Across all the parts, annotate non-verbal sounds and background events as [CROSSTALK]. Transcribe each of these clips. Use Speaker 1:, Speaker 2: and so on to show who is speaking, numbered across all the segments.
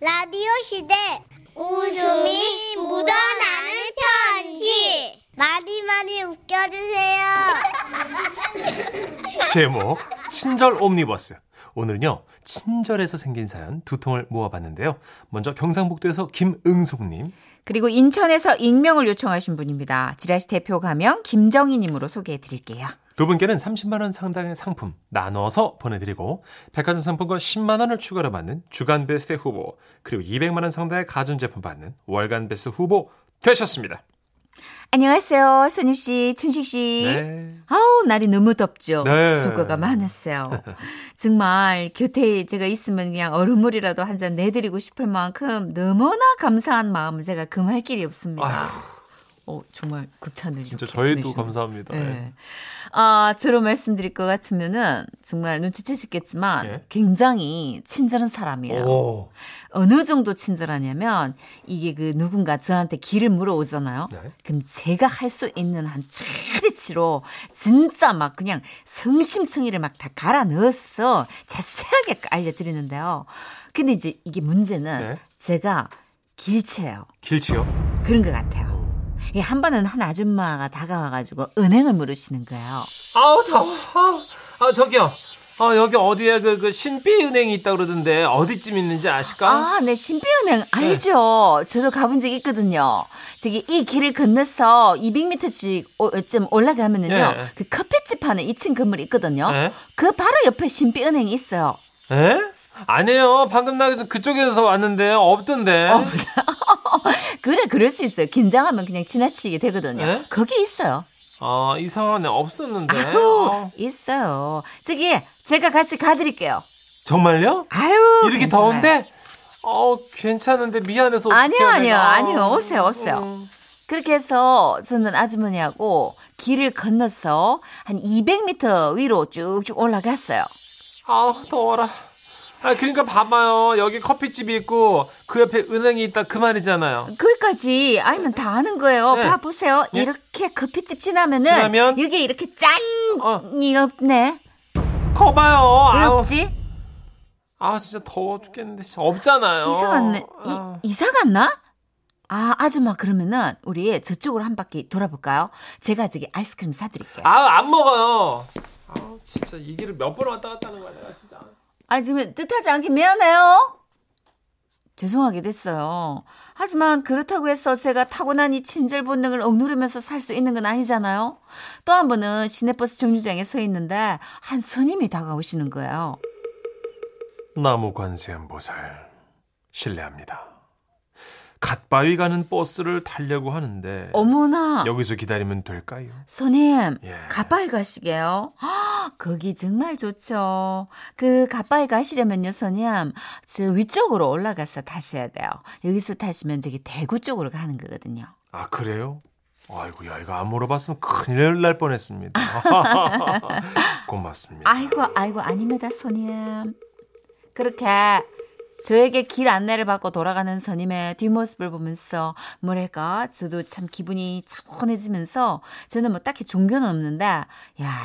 Speaker 1: 라디오 시대 웃음이 묻어나는 편지 많이 많이 웃겨주세요
Speaker 2: 제목 친절 옴니버스. 오늘은요 친절에서 생긴 사연 두 통을 모아봤는데요. 먼저 경상북도에서 김응숙님.
Speaker 3: 그리고 인천에서 익명을 요청하신 분입니다. 지라시 대표 가명 김정희님으로 소개해 드릴게요.
Speaker 2: 두 분께는 30만 원 상당의 상품 나눠서 보내드리고 백화점 상품권 10만 원을 추가로 받는 주간 베스트 후보 그리고 200만 원 상당의 가전제품 받는 월간 베스트 후보 되셨습니다.
Speaker 3: 안녕하세요. 손님 씨, 춘식 씨.
Speaker 2: 네.
Speaker 3: 아우, 날이 너무 덥죠?
Speaker 2: 네.
Speaker 3: 수고가 많았어요.
Speaker 2: [LAUGHS]
Speaker 3: 정말 곁에 제가 있으면 그냥 얼음물이라도 한 잔 내드리고 싶을 만큼 너무나 감사한 마음 제가 금할 길이 없습니다.
Speaker 2: 아휴,
Speaker 3: 어, 정말 극찬을
Speaker 2: 진짜
Speaker 3: 이렇게
Speaker 2: 저희도
Speaker 3: 보내주시는-
Speaker 2: 감사합니다. 네.
Speaker 3: 예. 아, 주로 말씀드릴 것 같으면은 정말 눈치채셨겠지만
Speaker 2: 예.
Speaker 3: 굉장히 친절한
Speaker 2: 네.
Speaker 3: 사람이에요.
Speaker 2: 오.
Speaker 3: 어느 정도 친절하냐면 이게 그 누군가 저한테 길을 물어오잖아요.
Speaker 2: 네.
Speaker 3: 그럼 제가 할 수 있는 한 최대치로 진짜 막 그냥 성심성의를 막 다 갈아 넣어서 자세하게 알려드리는데요. 근데 이제 이게 문제는
Speaker 2: 네.
Speaker 3: 제가 길치예요.
Speaker 2: 길치요?
Speaker 3: 그런 것 같아요. 예, 한 번은 한 아줌마가 다가와가지고 은행을 물으시는 거예요.
Speaker 2: 아우 더워. 아우, 아 저기요. 아 여기 어디에 그, 그 신비 은행이 있다 그러던데 어디쯤 있는지 아실까?
Speaker 3: 아, 네, 신비은행 알죠. 저도 가본 적 있거든요. 저기 이 길을 건너서 200m씩 쯤 올라가면은요.
Speaker 2: 예.
Speaker 3: 그 커피집 하는 2층 건물이 있거든요.
Speaker 2: 예?
Speaker 3: 그 바로 옆에 신비은행이 있어요.
Speaker 2: 에? 예? 아니에요. 방금 나 그쪽에서 왔는데 없던데.
Speaker 3: 어, 네. 그래, 그럴 수 있어요. 긴장하면 그냥 지나치게 되거든요.
Speaker 2: 예?
Speaker 3: 거기 있어요.
Speaker 2: 아 이상하네. 없었는데.
Speaker 3: 아우,
Speaker 2: 아,
Speaker 3: 있어요. 저기 제가 같이 가드릴게요.
Speaker 2: 정말요?
Speaker 3: 아유,
Speaker 2: 이렇게
Speaker 3: 괜찮아요.
Speaker 2: 더운데? 어 괜찮은데 미안해서. 어떡해,
Speaker 3: 아니요, 아니요,
Speaker 2: 내가.
Speaker 3: 아니요. 오세요, 오세요.
Speaker 2: 음.
Speaker 3: 그렇게 해서 저는 아주머니하고 길을 건너서 한 200m 위로 쭉쭉 올라갔어요.
Speaker 2: 아우 더워라. 아 그러니까 봐봐요. 여기 커피집이 있고 그 옆에 은행이 있다 그 말이잖아요.
Speaker 3: 거기까지 알면 다 아는 거예요.
Speaker 2: 네.
Speaker 3: 봐보세요.
Speaker 2: 네.
Speaker 3: 이렇게 커피집 지나면은
Speaker 2: 지나면?
Speaker 3: 여기 이렇게 짠이 없네.
Speaker 2: 거봐요.
Speaker 3: 왜
Speaker 2: 아우,
Speaker 3: 없지?
Speaker 2: 아 진짜 더워 죽겠는데 진짜 없잖아요.
Speaker 3: 이사 갔네.
Speaker 2: 아.
Speaker 3: 이, 이사 갔나? 아, 아줌마 그러면은 우리 저쪽으로 한 바퀴 돌아볼까요? 제가 저기 아이스크림 사드릴게요.
Speaker 2: 아, 안 먹어요. 아, 진짜 이 길을 몇 번 왔다 갔다 하는 거야, 내가 진짜.
Speaker 3: 아, 지금 뜻하지 않게 미안해요. 죄송하게 됐어요. 하지만 그렇다고 해서 제가 타고난 이 친절 본능을 억누르면서 살 수 있는 건 아니잖아요. 또 한 번은 시내버스 정류장에 서 있는데 한 스님이 다가오시는 거예요.
Speaker 2: 네. 나무 관세음보살 실례합니다. 갓바위 가는 버스를 타려고 하는데
Speaker 3: 어머나,
Speaker 2: 여기서 기다리면 될까요?
Speaker 3: 스님,
Speaker 2: 예.
Speaker 3: 가빠이 가시게요. 아, 거기 정말 좋죠. 그 가빠이 가시려면요, 스님, 저 위쪽으로 올라가서 타셔야 돼요. 여기서 타시면 저기 대구 쪽으로 가는 거거든요.
Speaker 2: 아 그래요? 아이고 야 이거 안 물어봤으면 큰일 날 뻔했습니다.
Speaker 3: [LAUGHS]
Speaker 2: 고맙습니다.
Speaker 3: 아이고 아이고 아닙니다 손님 그렇게 저에게 길 안내를 받고 돌아가는 선임의 뒷모습을 보면서 뭐랄까 저도 참 기분이 차분해지면서 저는 뭐 딱히 종교는 없는데 야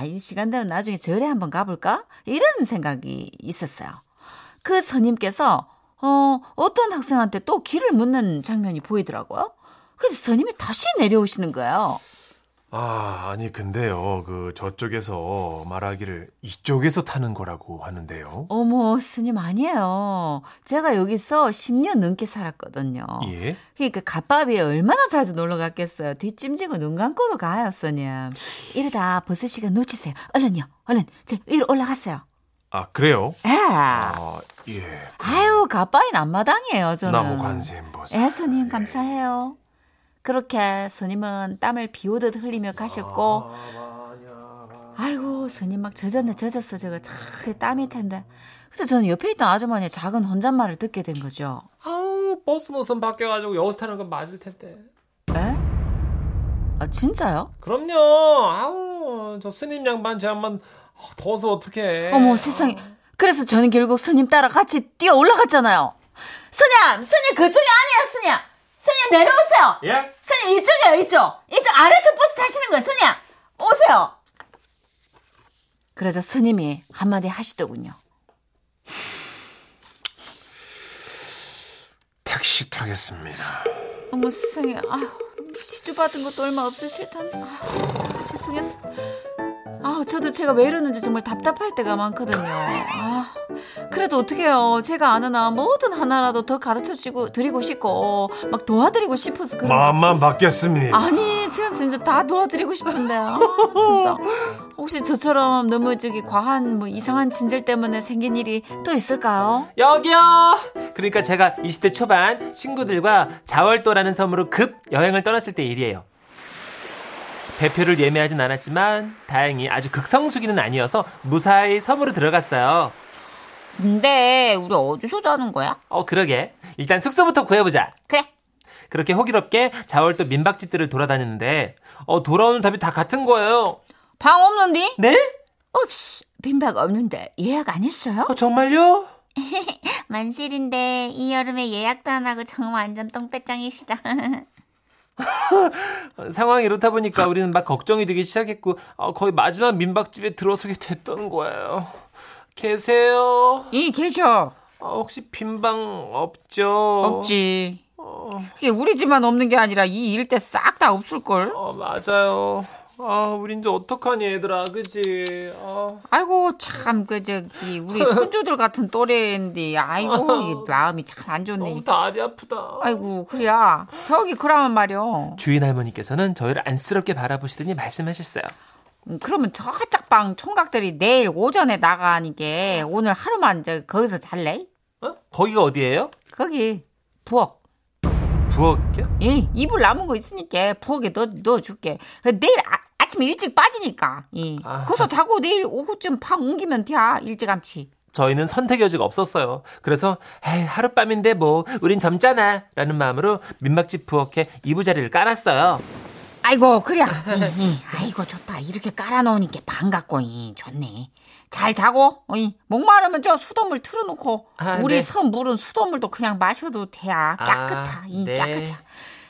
Speaker 3: 이 시간 되면 나중에 절에 한번 가볼까 이런 생각이 있었어요 그 선임께서 어 어떤 학생한테 또 길을 묻는 장면이 보이더라고요 근데 선임이 다시 내려오시는 거예요
Speaker 2: 아 아니 근데요 그 저쪽에서 말하기를 이쪽에서 타는 거라고 하는데요.
Speaker 3: 어머, 스님 아니에요. 제가 여기서 10년 넘게 살았거든요.
Speaker 2: 예.
Speaker 3: 그러니까 갓밥이 얼마나 자주 놀러 갔겠어요. 뒷짐지고 눈 감고도 가요, 스님. 이러다 버스 시간 놓치세요. 얼른요, 얼른. 저 위로 올라갔어요.
Speaker 2: 아 그래요?
Speaker 3: 에.
Speaker 2: 아 예.
Speaker 3: 아유, 갓바인 안마당이에요, 저는.
Speaker 2: 나무 관세음 보살.
Speaker 3: 예, 스님 감사해요. 그렇게 스님은 땀을 비오듯 흘리며 가셨고 아이고 스님 막 젖었네 젖었어 저거 다 땀일 텐데 근데 저는 옆에 있던 아주머니의 작은 혼잣말을 듣게 된 거죠
Speaker 2: 아우 예. 버스 노선 바뀌어가지고 여기서 타는 건 맞을 텐데.
Speaker 3: 에? 예? 아 진짜요?
Speaker 2: 그럼요. 아우 저 스님 양반 저 한번 더워서 어떡해.
Speaker 3: 어머 세상에 그래서 저는 결국 스님 따라 같이 뛰어 올라갔잖아요 스님 스님 그쪽이 아니에요 스님 스님 내려오세요
Speaker 2: 예?
Speaker 3: 스님 이쪽이에요 이쪽 이쪽 아래서 버스 타시는 거예요 스님 오세요 그러자 스님이 한마디 하시더군요
Speaker 4: 식탁했습니다.
Speaker 3: 어머 세상에 아휴 시주 받은 것도 얼마 없으실 텐데 아휴, 죄송했어 아 저도 제가 왜 이러는지 정말 답답할 때가 많거든요 아 그래도 어떡해요 제가 아는 한 뭐든 하나라도 더 가르쳐 주고 드리고 싶고 막 도와드리고 싶어서 그런 거
Speaker 4: 마음만 바뀌었습니다.
Speaker 3: 아니 제가 진짜 다 도와드리고 싶은데 아 진짜 혹시 저처럼 너무 저기 과한 뭐 이상한 진질 때문에 생긴 일이 또 있을까요?
Speaker 2: 여기요. 그러니까 제가 20대 초반 친구들과 자월도라는 섬으로 급 여행을 떠났을 때 일이에요. 배표를 예매하진 않았지만 다행히 아주 극성수기는 아니어서 무사히 섬으로 들어갔어요.
Speaker 3: 근데 우리 어디서 자는 거야?
Speaker 2: 어 그러게. 일단 숙소부터 구해보자.
Speaker 3: 그래
Speaker 2: 그렇게 호기롭게 자월도 민박집들을 돌아다녔는데 어 돌아오는 답이 다 같은 거예요.
Speaker 3: 방 없는데?
Speaker 2: 네?
Speaker 3: 없이 빈박 없는데 예약 안 했어요?
Speaker 2: 어 정말요?
Speaker 1: 만실인데 이 여름에 예약도 안 하고 정말 완전 똥배짱이시다.
Speaker 2: 어, 상황이 이렇다 보니까 우리는 막 걱정이 되기 시작했고 어, 거의 마지막 민박집에 들어서게 됐던 거예요. 계세요?
Speaker 3: 이 계셔
Speaker 2: 어, 혹시 빈방 없죠?
Speaker 3: 없지.
Speaker 2: 어,
Speaker 3: 그게 우리 집만 없는 게 아니라 이 일대 싹 다 없을 걸.
Speaker 2: 어, 맞아요. 아, 우린 이제 어떡하니 얘들아, 그지? 아,
Speaker 3: 아이고 참 그 저기 우리 손주들 같은 또래인데 아이고 이 마음이 참 안 좋네.
Speaker 2: 너무 다리 아프다.
Speaker 3: 아이고 그래야 저기 그러면 말이요.
Speaker 2: 주인 할머니께서는 저희를 안쓰럽게 바라보시더니 말씀하셨어요.
Speaker 3: 음, 그러면 저 짝방 총각들이 내일 오전에 나가니까 오늘 하루만 저 거기서 잘래?
Speaker 2: 어? 거기가 어디예요?
Speaker 3: 거기 부엌.
Speaker 2: 부엌이요?
Speaker 3: 예, 이불 남은 거 있으니까 부엌에 넣, 넣어줄게. 그 내일 아, 아침 일찍 빠지니까. 예.
Speaker 2: 아.
Speaker 3: 거기서 자고 내일 오후쯤 방 옮기면 돼. 아, 일찌감치.
Speaker 2: 저희는 선택 여지가 없었어요. 그래서 에이, 하룻밤인데 뭐 우린 젊잖아 라는 마음으로 민박집 부엌에 이부자리를 깔았어요.
Speaker 3: 아이고, 그래. 예, 예. 아이고, 좋다. 이렇게 깔아놓으니까 반갑고, 예, 좋네. 잘 자고, 예. 목마르면 저 수돗물 틀어놓고,
Speaker 2: 아,
Speaker 3: 우리
Speaker 2: 네. 아,
Speaker 3: 섬 물은 수돗물도 그냥 마셔도 돼야 깨끗하. 예,
Speaker 2: 네.
Speaker 3: 깨끗해.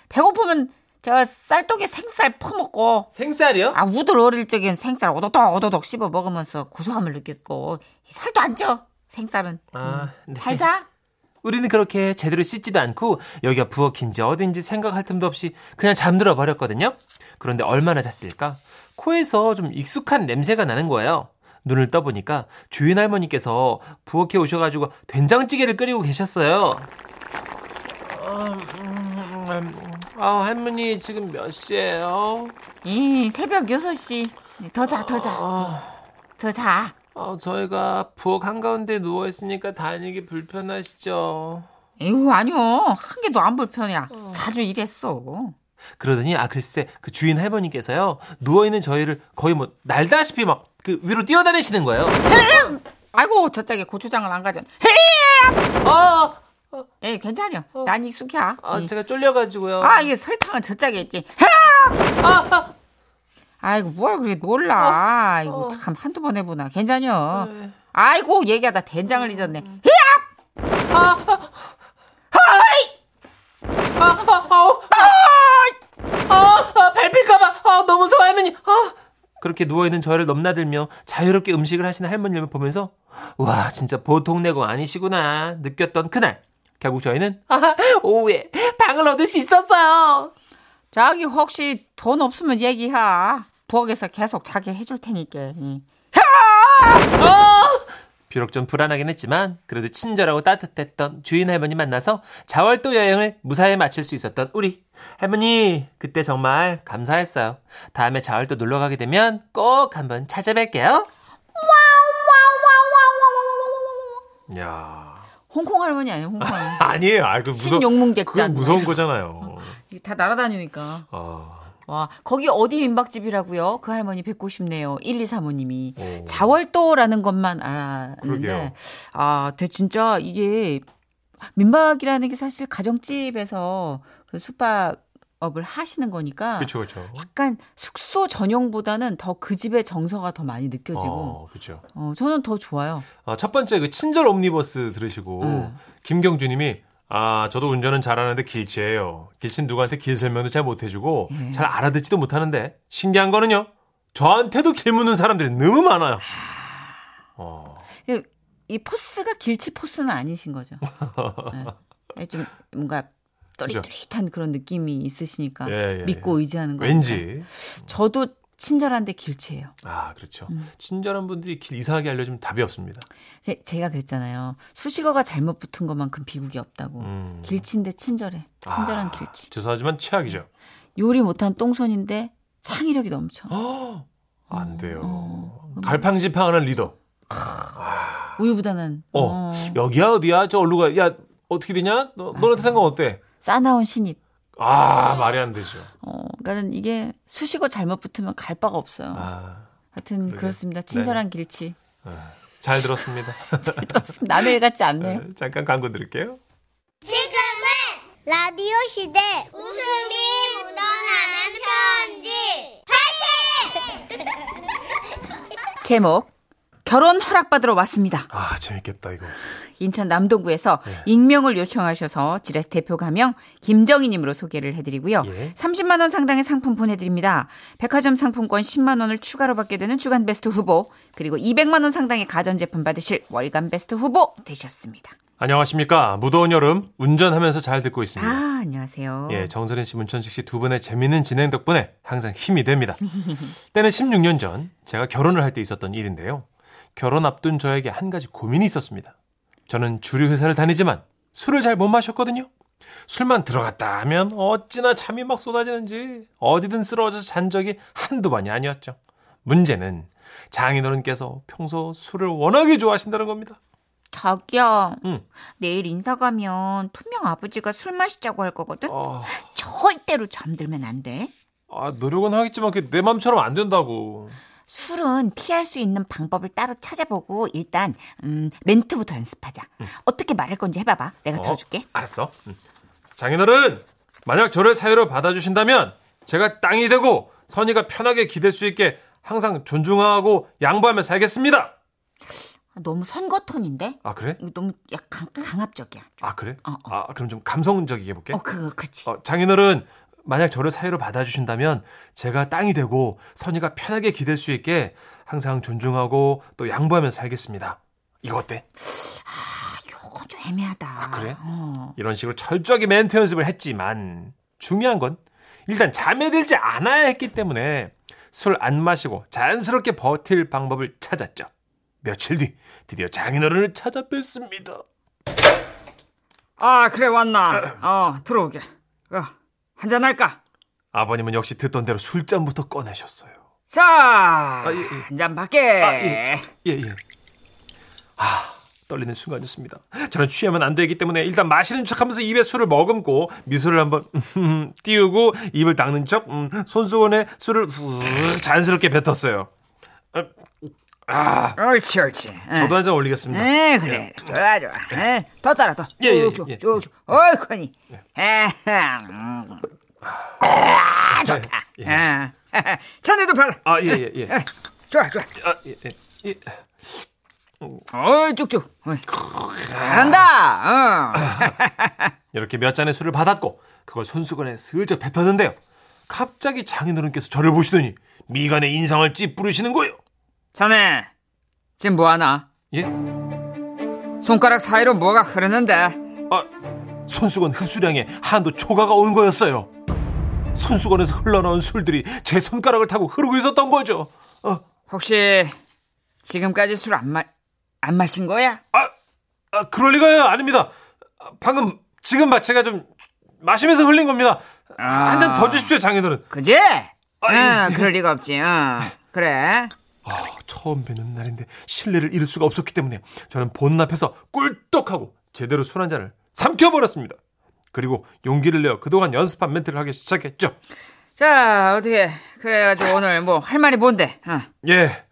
Speaker 3: 배고프면 저 쌀떡에 생쌀 퍼먹고,
Speaker 2: 생쌀이요?
Speaker 3: 아 우들 어릴 적엔 생쌀 오도독 오도독 씹어 먹으면서 구수함을 느꼈고 살도 안 쪄. 생쌀은
Speaker 2: 아, 네.
Speaker 3: 잘 자.
Speaker 2: 우리는 그렇게 제대로 씻지도 않고 여기가 부엌인지 어딘지 생각할 틈도 없이 그냥 잠들어 버렸거든요. 그런데 얼마나 잤을까? 코에서 좀 익숙한 냄새가 나는 거예요. 눈을 떠보니까 주인 할머니께서 부엌에 오셔가지고 된장찌개를 끓이고 계셨어요. 음, 아, 할머니 지금 몇 시예요?
Speaker 3: 이 새벽 6시 네, 더 자 더 자. 더 자.
Speaker 2: 아, 저희가 부엌 한가운데 누워 있으니까 다니기 불편하시죠?
Speaker 3: 에휴 아니요 한 개도 안 불편해.
Speaker 4: 어.
Speaker 3: 자주 이랬어.
Speaker 2: 그러더니 아 글쎄 그 주인 할머니께서요 누워 있는 저희를 거의 뭐 날다시피 막 그 위로 뛰어다니시는 거예요.
Speaker 3: 아이고 저짝에 고추장을 안 가져.
Speaker 2: 아,
Speaker 3: 예 괜찮요.
Speaker 4: 어.
Speaker 3: 난 익숙해. 아,
Speaker 2: 아 제가 쫄려가지고요.
Speaker 3: 아 이게 설탕은 저짝에 있지. 헤! 아이고 뭘 그렇게
Speaker 4: 어.
Speaker 3: 놀라. 아이고 참 한두 번 해보나. 괜찮요.
Speaker 4: 네.
Speaker 3: 아이고 얘기하다
Speaker 4: 음.
Speaker 3: 된장을 잊었네.
Speaker 2: 어, 아, 아, 밟힐까봐 아, 너무 서워 할머니. 아. 그렇게 누워 있는 저를 넘나들며 자유롭게 음식을 하시는 할머니를 보면서 와 진짜 보통 내공 아니시구나 느꼈던 그날 결국 저희는 [LAUGHS] 아, 오후에 방을 얻을 수 있었어요.
Speaker 3: 자기 혹시 돈 없으면 얘기하. 부엌에서 계속 자게 해줄 테니까. 이.
Speaker 2: 비록 좀 불안하긴 했지만 그래도 친절하고 따뜻했던 주인 할머니 만나서 자월도 여행을 무사히 마칠 수 있었던 우리 할머니 그때 정말 감사했어요. 다음에 자월도 놀러 가게 되면 꼭 한번 찾아뵐게요.
Speaker 4: 야
Speaker 3: 홍콩 할머니 아니에요, 홍콩 할머니.
Speaker 4: 아니에요. 아, 그 무서
Speaker 3: 신용문객잔.
Speaker 4: 그건 무서운
Speaker 3: [LAUGHS]
Speaker 4: 거잖아요.
Speaker 3: 이게 다 날아다니니까.
Speaker 4: 아,
Speaker 3: 와, 거기 어디 민박집이라고요? 그 할머니 뵙고 싶네요. 1235님이.
Speaker 4: 오.
Speaker 3: 자월도라는 것만 알았는데.
Speaker 4: 그러게요.
Speaker 3: 아, 대 진짜 이게 민박이라는 게 사실 가정집에서 그 숙박업을 하시는 거니까.
Speaker 4: 그렇죠, 그렇죠.
Speaker 3: 약간 숙소 전용보다는 더 그 집의 정서가 더 많이 느껴지고
Speaker 4: 어, 그렇죠.
Speaker 3: 어, 저는 더 좋아요.
Speaker 4: 어, 첫 번째 그 친절 옴니버스 들으시고
Speaker 3: 음.
Speaker 4: 김경주님이 아 저도 운전은 잘하는데 길치예요. 길치는 누구한테 길 설명도 잘 못해주고
Speaker 3: 예.
Speaker 4: 잘 알아듣지도 못하는데 신기한 거는요. 저한테도 길 묻는 사람들이 너무 많아요. 어,
Speaker 3: 이 포스가 길치 포스는 아니신 거죠. 네. 좀 뭔가 또릿또릿한 그런 느낌이 있으시니까
Speaker 2: 예, 예,
Speaker 3: 아, 믿고 의지하는 거예요.
Speaker 2: 왠지.
Speaker 3: 저도 친절한데 길치예요.
Speaker 2: 아, 그렇죠.
Speaker 3: 음.
Speaker 2: 친절한 분들이 길 이상하게 알려주면 답이 없습니다.
Speaker 3: 예, 제가 그랬잖아요. 수식어가 잘못 붙은 것만큼 비국이 없다고.
Speaker 2: 음.
Speaker 3: 어, 길치인데 친절해. 친절한
Speaker 2: 아,
Speaker 3: 길치.
Speaker 2: 죄송하지만 최악이죠.
Speaker 3: 요리 못한 똥손인데 창의력이 넘쳐.
Speaker 2: 어? 허, 안 돼요.
Speaker 3: 어, 음.
Speaker 2: 갈팡질팡하는 리더.
Speaker 3: 우유부단한.
Speaker 2: 어,
Speaker 3: 어.
Speaker 2: 여기야 어디야 저 얼루가 야 어떻게 되냐? 너,
Speaker 3: 아.
Speaker 2: 너한테 생각 어때?
Speaker 3: 싸나운 신입.
Speaker 2: 아 말이 안 되죠.
Speaker 3: 어, 그러니까 이게 수식어 잘못 붙으면 갈 바가 없어요.
Speaker 2: 아,
Speaker 3: 하여튼
Speaker 2: 그러게요.
Speaker 3: 그렇습니다 친절한 길치.
Speaker 2: 아, 잘 들었습니다.
Speaker 3: 남의 일 같지 않네요.
Speaker 2: 네, 잠깐 광고 드릴게요.
Speaker 1: 지금은 라디오 시대 웃음이 묻어나는 편지
Speaker 3: 제목 결혼 허락받으러 왔습니다.
Speaker 2: 아 재밌겠다 이거.
Speaker 3: 인천 남동구에서
Speaker 2: 예.
Speaker 3: 익명을 요청하셔서 지라스 대표 가명 김정희님으로 소개를 해드리고요.
Speaker 2: 예.
Speaker 3: 30만 원 상당의 상품 보내드립니다. 백화점 상품권 10만 원을 추가로 받게 되는 주간 베스트 후보 그리고 200만 원 상당의 가전제품 받으실 월간 베스트 후보 되셨습니다.
Speaker 2: 안녕하십니까 무더운 여름 운전하면서 잘 듣고 있습니다.
Speaker 3: 아 안녕하세요.
Speaker 2: 예, 정선혜 씨, 문천식 씨 두 분의 재밌는 진행 덕분에 항상 힘이 됩니다. 때는 16년 전 제가 결혼을 할 때 있었던 일인데요. 결혼 앞둔 저에게 한 가지 고민이 있었습니다. 저는 주류 회사를 다니지만 술을 잘 못 마셨거든요. 술만 들어갔다 하면 어찌나 잠이 막 쏟아지는지 어디든 쓰러져서 잔 적이 한두 번이 아니었죠. 문제는 장인어른께서 평소 술을 워낙에 좋아하신다는 겁니다.
Speaker 5: 자기야,
Speaker 2: 응.
Speaker 5: 내일 인사 가면 투명 아버지가 술 마시자고 할 거거든?
Speaker 2: 아,
Speaker 5: 절대로 잠들면 안 돼.
Speaker 2: 아, 노력은 하겠지만 그게 내 맘처럼 안 된다고.
Speaker 5: 술은 피할 수 있는 방법을 따로 찾아보고 일단 음, 멘트부터 연습하자. 어떻게 말할 건지 해봐봐. 내가
Speaker 2: 음. 어,
Speaker 5: 들어줄게.
Speaker 2: 알았어. 응. 장인어른, 만약 저를 사유로 받아주신다면 제가 땅이 되고 선이가 편하게 기댈 수 있게 항상 존중하고 양보하며 살겠습니다.
Speaker 5: 아, 너무 선거 톤인데?
Speaker 2: 아 그래?
Speaker 5: 이거 너무 약간 강압적이야.
Speaker 2: 아 그래?
Speaker 5: 어, 어.
Speaker 2: 아 그럼 좀 감성적이게 해볼게.
Speaker 5: 어, 그, 그치.
Speaker 2: 예? 어, 장인어른, 만약 저를 사유로 받아주신다면 제가 땅이 되고 선이가 편하게 기댈 수 있게 항상 존중하고 또 양보하며 살겠습니다. 이거 어때?
Speaker 5: 아, 요거 좀 애매하다.
Speaker 2: 아, 그래?
Speaker 5: 어.
Speaker 2: 이런 식으로 철저하게 멘트 연습을 했지만 중요한 건 일단 잠에 들지 않아야 했기 때문에 술 안 마시고 자연스럽게 버틸 방법을 찾았죠. 며칠 뒤 드디어 장인어른을 찾아뵀습니다.
Speaker 6: 아 그래 왔나 어 들어오게 어, 한잔 할까
Speaker 2: 아버님은 역시 듣던 대로 술잔부터 꺼내셨어요.
Speaker 6: 자
Speaker 2: 예, 예.
Speaker 6: 한잔 받게
Speaker 2: 아, 예. 예, 예. 아, 떨리는 순간이었습니다. 저는 취하면 안 되기 때문에 일단 마시는 척하면서 입에 술을 머금고 미소를 한번 [LAUGHS] 띄우고 입을 닦는 척 음, 손수건에 술을 후- 자연스럽게 뱉었어요. 아,
Speaker 6: 옳지 옳지 응.
Speaker 2: 저도 한 잔 올리겠습니다.
Speaker 6: 에 그래 좋아 좋아 응. 더 따라
Speaker 2: 예, 예, 예.
Speaker 6: 더쭉쭉쭉 어이 커니 아 좋다
Speaker 2: 예.
Speaker 6: 아, 자네도 받아
Speaker 2: 아, 예, 예, 예.
Speaker 6: 아, 좋아 좋아
Speaker 2: 아, 예, 예. 예.
Speaker 6: 어이 쭉쭉 어이. 잘한다 어.
Speaker 2: 이렇게 몇 잔의 술을 받았고 그걸 손수건에 슬쩍 뱉었는데요. 갑자기 장인어른께서 저를 보시더니 미간에 인상을 찌푸리시는 거예요.
Speaker 6: 자네 지금 뭐하나
Speaker 2: 예?
Speaker 6: 손가락 사이로 뭐가 흐르는데
Speaker 2: 아, 손수건 흡수량에 한도 초과가 온 거였어요. 손수건에서 흘러나온 술들이 제 손가락을 타고 흐르고 있었던 거죠. 아,
Speaker 6: 혹시 지금까지 술 안 마, 안 마신 거야?
Speaker 2: 아, 아, 그럴 리가요. 아닙니다. 아, 방금 지금 마 제가 좀 마시면서 흘린 겁니다.
Speaker 6: 아.
Speaker 2: 한 잔 더 주십시오, 장인어른.
Speaker 6: 그지?
Speaker 2: 아,
Speaker 6: 응, 그럴 리가 없지. 응. 그래.
Speaker 2: 아, 처음 뵈는 날인데 신뢰를 잃을 수가 없었기 때문에 저는 본인 앞에서 꿀떡하고 제대로 술 한 잔을 삼켜버렸습니다. 그리고 용기를 내어 그동안 연습한 멘트를 하기 시작했죠.
Speaker 6: 자, 어떻게 그래가지고 오늘 뭐 할 말이 뭔데? 응.
Speaker 2: 예.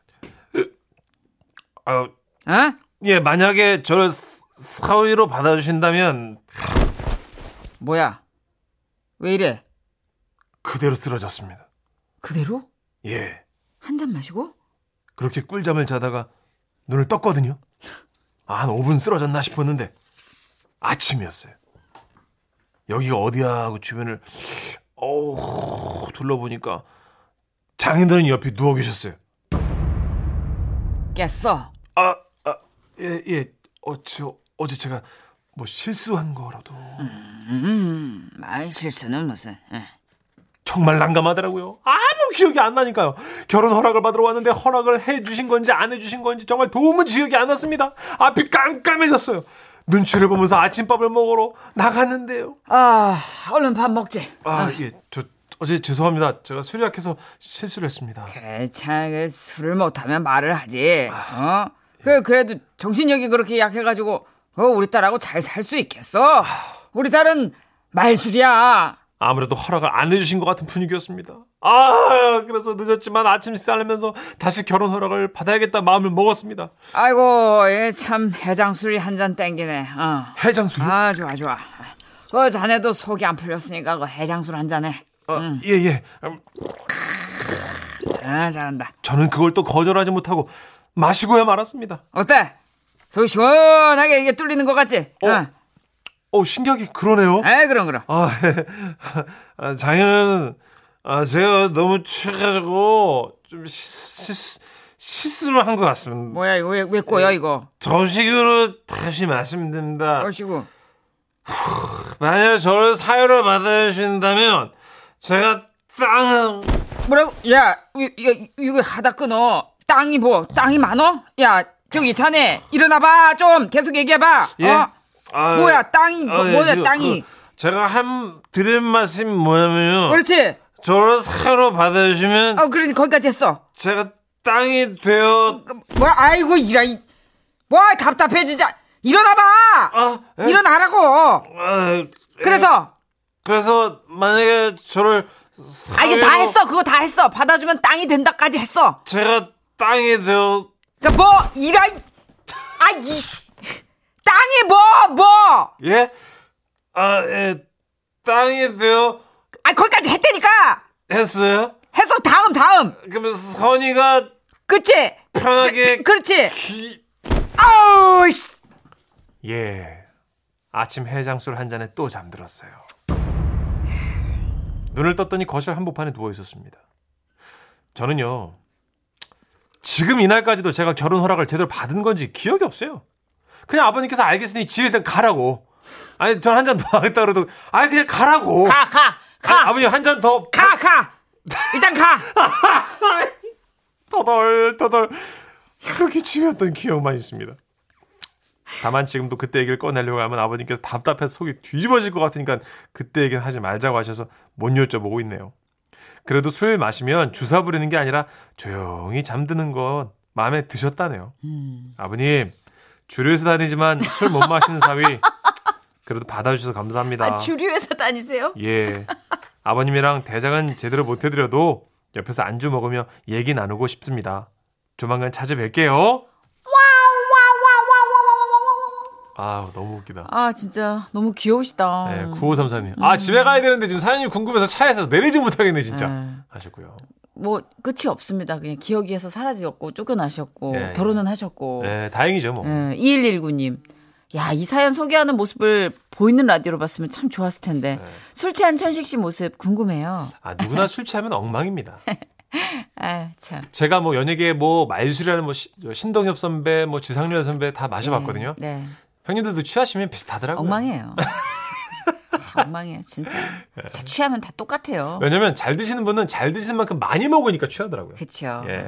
Speaker 2: 아,
Speaker 6: 응?
Speaker 2: 예, 만약에 저를 사- 사위로 받아주신다면
Speaker 6: 뭐야? 왜 이래?
Speaker 2: 그대로 쓰러졌습니다.
Speaker 6: 그대로?
Speaker 2: 예.
Speaker 6: 한 잔 마시고?
Speaker 2: 그렇게 꿀잠을 자다가 눈을 떴거든요. 아, 한 5분 쓰러졌나 싶었는데 아침이었어요. 여기가 어디야 하고 주변을 어우, 둘러보니까 장인어른이 옆에 누워 계셨어요.
Speaker 6: 깼어.
Speaker 2: 아, 아, 예, 예. 어, 저, 어제 제가 뭐 실수한 거라도
Speaker 6: 음, 아이, 실수는 무슨. 예.
Speaker 2: 정말 난감하더라고요. 아무 기억이 안 나니까요. 결혼 허락을 받으러 왔는데 허락을 해주신 건지 안 해주신 건지 정말 도움은 기억이 안 났습니다. 앞이 깜깜해졌어요. 눈치를 보면서 아침밥을 먹으러 나갔는데요.
Speaker 6: 아, 얼른 밥 먹지.
Speaker 2: 아, 예, 저 어제 죄송합니다. 제가 술이 약해서 실수를 했습니다.
Speaker 6: 괜찮게 술을 못하면 말을 하지. 어? 그, 그래도 정신력이 그렇게 약해가지고, 그 우리 딸하고 잘 살 수 있겠어? 우리 딸은 말술이야.
Speaker 2: 아무래도 허락을 안 해주신 것 같은 분위기였습니다. 아, 그래서 늦었지만 아침 식사를 하면서 다시 결혼 허락을 받아야겠다 마음을 먹었습니다.
Speaker 6: 아이고, 얘 참 해장술이 한 잔 땡기네. 어.
Speaker 2: 해장술. 아,
Speaker 6: 아, 좋아, 좋아. 그 자네도 속이 안 풀렸으니까 그 해장술 한 잔해.
Speaker 2: 예, 예. 음,
Speaker 6: 아, 잘한다.
Speaker 2: 저는 그걸 또 거절하지 못하고 마시고야 말았습니다.
Speaker 6: 어때? 속이 시원하게 이게 뚫리는 것 같지?
Speaker 2: 어.
Speaker 6: 응.
Speaker 2: 어, 신기하게 그러네요.
Speaker 6: 에이, 그럼, 그럼.
Speaker 2: 아, [LAUGHS] 아, 작년에는 아, 제가 너무 취해가지고 좀 시, 시, 실수를 한 것 같습니다.
Speaker 6: 뭐야, 이거 왜, 왜 꼬여, 이거?
Speaker 2: 정식으로 다시 말씀드립니다.
Speaker 6: 어, 얼씨구.
Speaker 2: 만약 저를 사유로 받아주신다면 제가 땅
Speaker 6: 뭐라고? 야, 이- 이- 이거 하다 끊어. 땅이 뭐, 땅이 많어? 야, 저기 자네, 일어나봐, 좀. 계속 얘기해봐.
Speaker 2: 예.
Speaker 6: 어?
Speaker 2: 아,
Speaker 6: 뭐야, 땅이,
Speaker 2: 아,
Speaker 6: 뭐,
Speaker 2: 예,
Speaker 6: 뭐야,
Speaker 2: 지금
Speaker 6: 땅이.
Speaker 2: 그 어. 제가 한 드린 말씀이 뭐냐면요.
Speaker 6: 그렇지?
Speaker 2: 저를 사유로 받아주시면
Speaker 6: 어, 그러니 거기까지 했어.
Speaker 2: 제가 땅이 되어
Speaker 6: 그, 뭐야, 아이고, 이라, 이. 뭐야, 답답해, 진짜. 일어나봐!
Speaker 2: 아, 예.
Speaker 6: 일어나라고!
Speaker 2: 아, 예.
Speaker 6: 그래서
Speaker 2: 그래서 만약에 저를 예?
Speaker 6: 아 이게 다
Speaker 2: 사회로
Speaker 6: 했어 그거 다 했어 받아주면 땅이 된다까지 했어
Speaker 2: 제가 땅이 되어
Speaker 6: 그러니까 뭐 이라 아이 땅이 뭐 뭐
Speaker 2: 예? 아, 예. 땅이 되어
Speaker 6: 아 거기까지 했다니까
Speaker 2: 했어요?
Speaker 6: 해서 다음 다음
Speaker 2: 그러면 선이가
Speaker 6: 그치
Speaker 2: 편하게
Speaker 6: 그렇지
Speaker 2: 기...
Speaker 6: 아우 씨
Speaker 2: 예. 아침 해장술 한 잔에 또 잠들었어요. 눈을 떴더니 거실 한복판에 누워 있었습니다. 저는요. 지금 이날까지도 제가 결혼 허락을 제대로 받은 건지 기억이 없어요. 그냥 아버님께서 알겠으니 집에 일단 가라고. 아니, 전 한 잔 더 하겠다 그래도 아니 그냥 가라고.
Speaker 6: 가 가 가 가
Speaker 2: 아,
Speaker 6: 가
Speaker 2: 아버님 한 잔 더.
Speaker 6: 일단 가
Speaker 2: 터덜터덜 그렇게 치였던 기억만 있습니다. 다만 지금도 그때 얘기를 꺼내려고 하면 아버님께서 답답해서 속이 뒤집어질 것 같으니까 그때 얘기는 하지 말자고 하셔서 못 여쭤보고 있네요. 그래도 술 마시면 주사 부리는 게 아니라 조용히 잠드는 건 마음에 드셨다네요. 아버님 주류에서 다니지만 술 못 마시는 사위 그래도 받아주셔서 감사합니다.
Speaker 7: 주류회사 다니세요?
Speaker 2: 예. 아버님이랑 대장은 제대로 못 해드려도 옆에서 안주 먹으며 얘기 나누고 싶습니다. 조만간 찾아뵐게요. 아 너무 웃기다.
Speaker 7: 아 진짜 너무 귀여우시다.
Speaker 2: 네, 9534님. 아, 집에 가야 되는데 지금 사장님 궁금해서 차에서 내리지 못하겠네, 진짜.
Speaker 7: 네.
Speaker 2: 아셨고요.
Speaker 7: 뭐 끝이 없습니다. 그냥 기억에서 사라지셨고 쫓겨나셨고
Speaker 2: 예, 예.
Speaker 7: 뭐, 결혼은 하셨고. 예.
Speaker 2: 네, 다행이죠, 뭐.
Speaker 7: 2119님. 야, 이 사연 소개하는 모습을 보이는 라디오로 봤으면 참 좋았을 텐데.
Speaker 2: 네.
Speaker 7: 술 취한 천식 씨 모습 궁금해요.
Speaker 2: 아, 누구나 술 취하면 엉망입니다.
Speaker 7: 아, 참.
Speaker 2: 제가 뭐 연예계 뭐 말술이라는 뭐 시- 신동엽 선배, 뭐 지상렬 선배 다 마셔봤거든요.
Speaker 7: 네.
Speaker 2: 형님들도 취하시면 비슷하더라고요. [LAUGHS]
Speaker 7: 엉망이에요. 아, 엉망이에요, 진짜.
Speaker 2: 네.
Speaker 7: 자, 취하면 다 똑같아요.
Speaker 2: 왜냐면 잘 드시는 분은 잘 드시는 만큼 많이 먹으니까 취하더라고요.
Speaker 7: 그쵸.
Speaker 2: 예.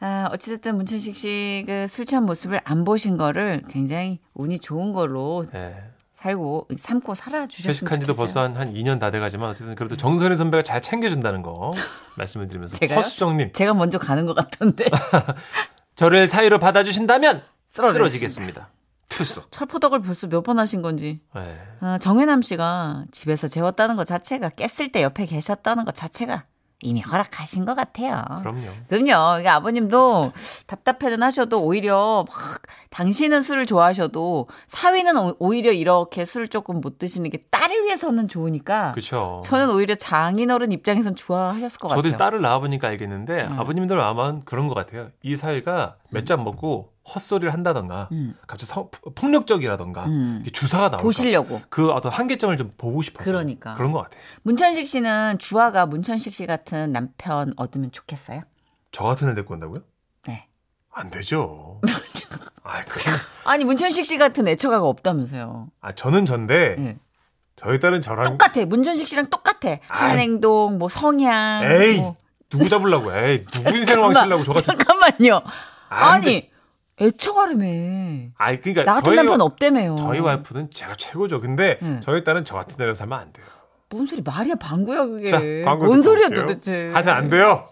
Speaker 7: 아, 어찌됐든 문천식 씨그술 취한 모습을 안 보신 거를 굉장히 운이 좋은 걸로
Speaker 2: 예.
Speaker 7: 살고, 삼고 살아주셨으면
Speaker 2: 회식한 지도
Speaker 7: 좋겠어요.
Speaker 2: 벌써 한, 한 2년 다 돼가지만 어쨌든 그래도 정선희 선배가 잘 챙겨준다는 거
Speaker 7: [LAUGHS]
Speaker 2: 말씀을 드리면서
Speaker 7: 제가요?
Speaker 2: 허수정님
Speaker 7: 제가 먼저 가는
Speaker 2: [LAUGHS]
Speaker 7: 것 같던데.
Speaker 2: 저를 사유로 받아주신다면
Speaker 7: 쓰러지겠습니다.
Speaker 2: 쓰러지겠습니다. 투수.
Speaker 7: 철포덕을 벌써 몇 번 하신 건지.
Speaker 2: 예.
Speaker 7: 아, 정혜남 씨가 집에서 재웠다는 것 자체가 깼을 때 옆에 계셨다는 것 자체가 이미 허락하신 것 같아요.
Speaker 2: 그럼요.
Speaker 7: 그럼요. 그러니까 아버님도 답답해는 하셔도 오히려 막 당신은 술을 좋아하셔도 사위는 오- 오히려 이렇게 술을 조금 못 드시는 게 딸을 위해서는 좋으니까
Speaker 2: 그렇죠.
Speaker 7: 저는 오히려 장인어른 입장에선 좋아하셨을 것
Speaker 2: 저도
Speaker 7: 같아요.
Speaker 2: 딸을 낳아보니까 알겠는데 아버님들 마음은 그런 것 같아요. 이 사회가 몇 잔 먹고 헛소리를 한다던가 갑자기 성- 폭력적이라던가 이렇게 주사가 나오니까
Speaker 7: 음. 보시려고.
Speaker 2: 그 어떤 한계점을 좀 보고 싶어서
Speaker 7: 그러니까.
Speaker 2: 그런 것 같아요.
Speaker 7: 문천식 씨는 주아가 문천식 씨 같은 남편 얻으면 좋겠어요?
Speaker 2: 저 같은 애 데리고 온다고요?
Speaker 7: 네.
Speaker 2: 안 되죠.
Speaker 7: [LAUGHS]
Speaker 2: 아, 그,
Speaker 7: 아니 문천식 씨 같은 애처가가 없다면서요.
Speaker 2: 아 저는 전데
Speaker 7: 예.
Speaker 2: 저희 딸은 저랑
Speaker 7: 똑같아. 문천식 씨랑 똑같아.
Speaker 2: 아이.
Speaker 7: 하는 행동, 뭐 성향.
Speaker 2: 에이
Speaker 7: 뭐.
Speaker 2: 누구 잡으려고 에이
Speaker 7: [LAUGHS]
Speaker 2: 누구 인생을 망치려고 저 같은
Speaker 7: 잠깐만요.
Speaker 2: 안
Speaker 7: [LAUGHS] 아니 애처가라며.
Speaker 2: 아 그러니까
Speaker 7: 나 같은
Speaker 2: 저희
Speaker 7: 남편
Speaker 2: 와-
Speaker 7: 없다며요.
Speaker 2: 저희 와이프는 제가 최고죠. 근데
Speaker 7: 네.
Speaker 2: 저희 딸은 저 같은 데로 살면 안 돼요.
Speaker 7: 뭔 소리 말이야 방구야 그게.
Speaker 2: 자, 광고
Speaker 7: 예. 뭔
Speaker 2: 듣고
Speaker 7: 소리야
Speaker 2: 올게요.
Speaker 7: 도대체.
Speaker 2: 하여튼 안 돼요.